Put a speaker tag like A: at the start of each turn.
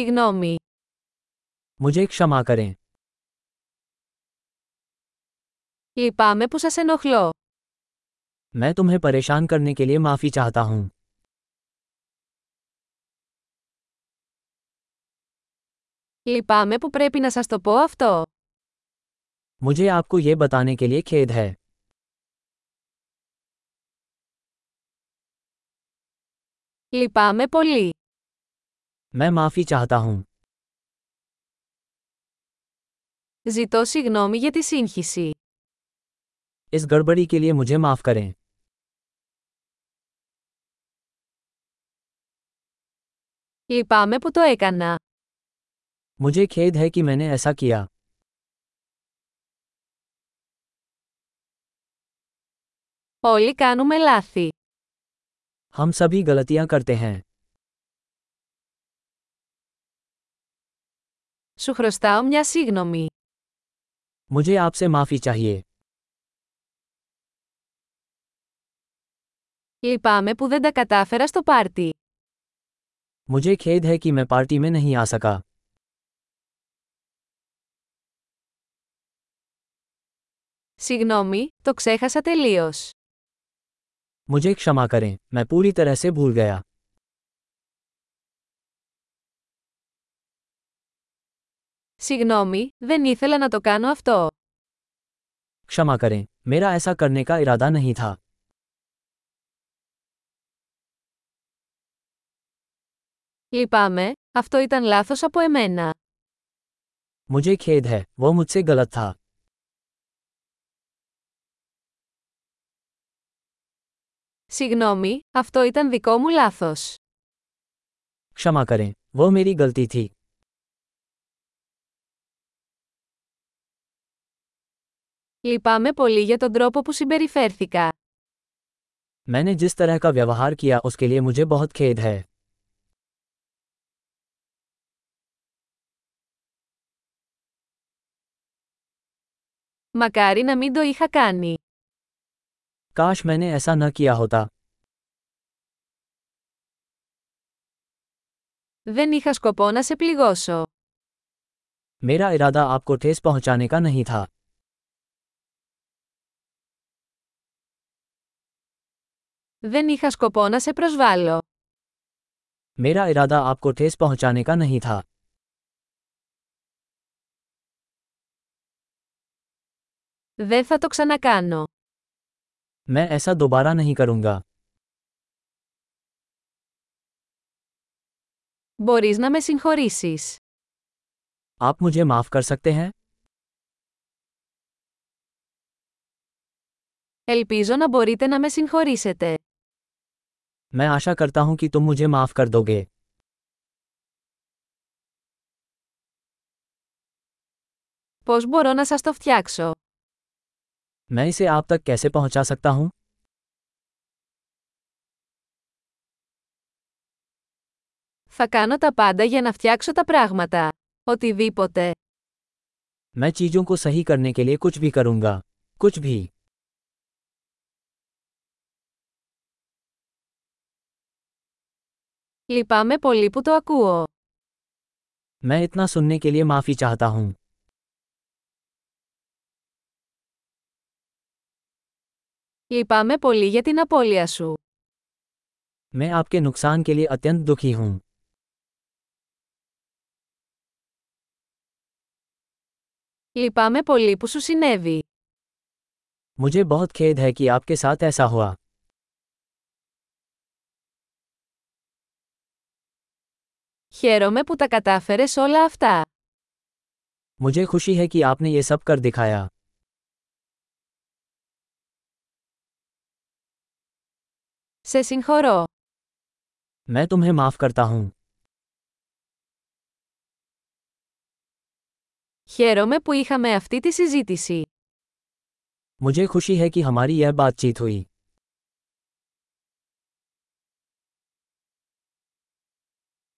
A: Συγγνώμη.
B: मुझे क्षमा करें
A: Λυπάμαι που σας ενοχλώ.
B: मैं तुम्हें परेशान करने के लिए माफी चाहता हूँ
A: Λυπάμαι που πρέπει να σας το πω αυτό.
B: मुझे आपको ये बताने के लिए खेद है
A: Λυπάμαι πολύ.
B: मैं माफी चाहता हूँ
A: Ζητώ συγγνώμη για τη σύγχυση.
B: इस गड़बड़ी के लिए मुझे माफ करें
A: Λυπάμαι που το έκανα.
B: मुझे खेद है कि मैंने ऐसा किया
A: Όλοι κάνουμε λάθη.
B: हम सभी गलतियाँ करते हैं
A: Σου χρωστάω μια σύγγνωμη.
B: मुझे आपसे माफी चाहिए
A: Λυπάμαι που δεν τα κατάφερα στο πάρτι.
B: मुझे खेद है कि मैं पार्टी में नहीं आ सका
A: Συγγνώμη, το ξέχασα τελείως.
B: मुझे क्षमा करें मैं पूरी तरह से भूल गया
A: Συγγνώμη, δεν ήθελα να το κάνω αυτό.
B: क्षमा करें मेरा ऐसा करने का इरादा नहीं था
A: Λυπάμαι, αυτό ήταν λάθος από εμένα.
B: मुझे खेद है वह मुझसे गलत था
A: Συγγνώμη, αυτό ήταν δικό μου λάθος.
B: क्षमा करें वह मेरी गलती थी
A: Λυπάμαι πολύ για τον τρόπο που συμπεριφέρθηκα.
B: मैंने जिस तरह का व्यवहार किया उसके लिए मुझे बहुत खेद है
A: Μακάρι να μην το είχα κάνει.
B: काश मैंने ऐसा न किया होता
A: Δεν είχα σκοπό να σε πληγώσω.
B: मेरा इरादा आपको ठेस पहुंचाने का नहीं था
A: Δεν είχα σκοπό να σε προσβάλλω.
B: मेरा इरादा आपको ठेस पहुंचाने का नहीं था
A: Δεν θα το ξανακάνω.
B: मैं ऐसा दोबारा नहीं करूंगा
A: Μπορείς να με συγχωρήσεις.
B: आप मुझे माफ कर सकते हैं
A: Ελπίζω να μπορείτε να με συγχωρήσετε.
B: मैं आशा करता हूं कि तुम मुझे माफ कर दोगे
A: Πώς μπορώ να σας το φτιάξω.
B: मैं इसे आप तक कैसे पहुंचा सकता हूं
A: Θα κάνω τα πάντα για να φτιάξω τα πράγματα. Οτιδήποτε.
B: मैं चीजों को सही करने के लिए कुछ भी करूंगा कुछ भी
A: Λυπάμαι πολύ που το ακούω.
B: मैं इतना सुनने के लिए माफी चाहता हूं
A: Λυπάμαι πολύ για την απώλεια σου.
B: मैं आपके नुकसान के लिए अत्यंत दुखी हूं
A: Λυπάμαι πολύ που σου συνέβη.
B: मुझे बहुत खेद है कि आपके साथ ऐसा हुआ
A: Χαίρομαι που τα κατάφερες όλα αυτά.
B: मुझे खुशी है कि आपने ये सब कर दिखाया
A: Σε συγχωρώ.
B: मैं तुम्हें माफ करता हूँ
A: Χαίρομαι που είχαμε αυτή τη συζήτηση.
B: मुझे खुशी है कि हमारी यह बातचीत हुई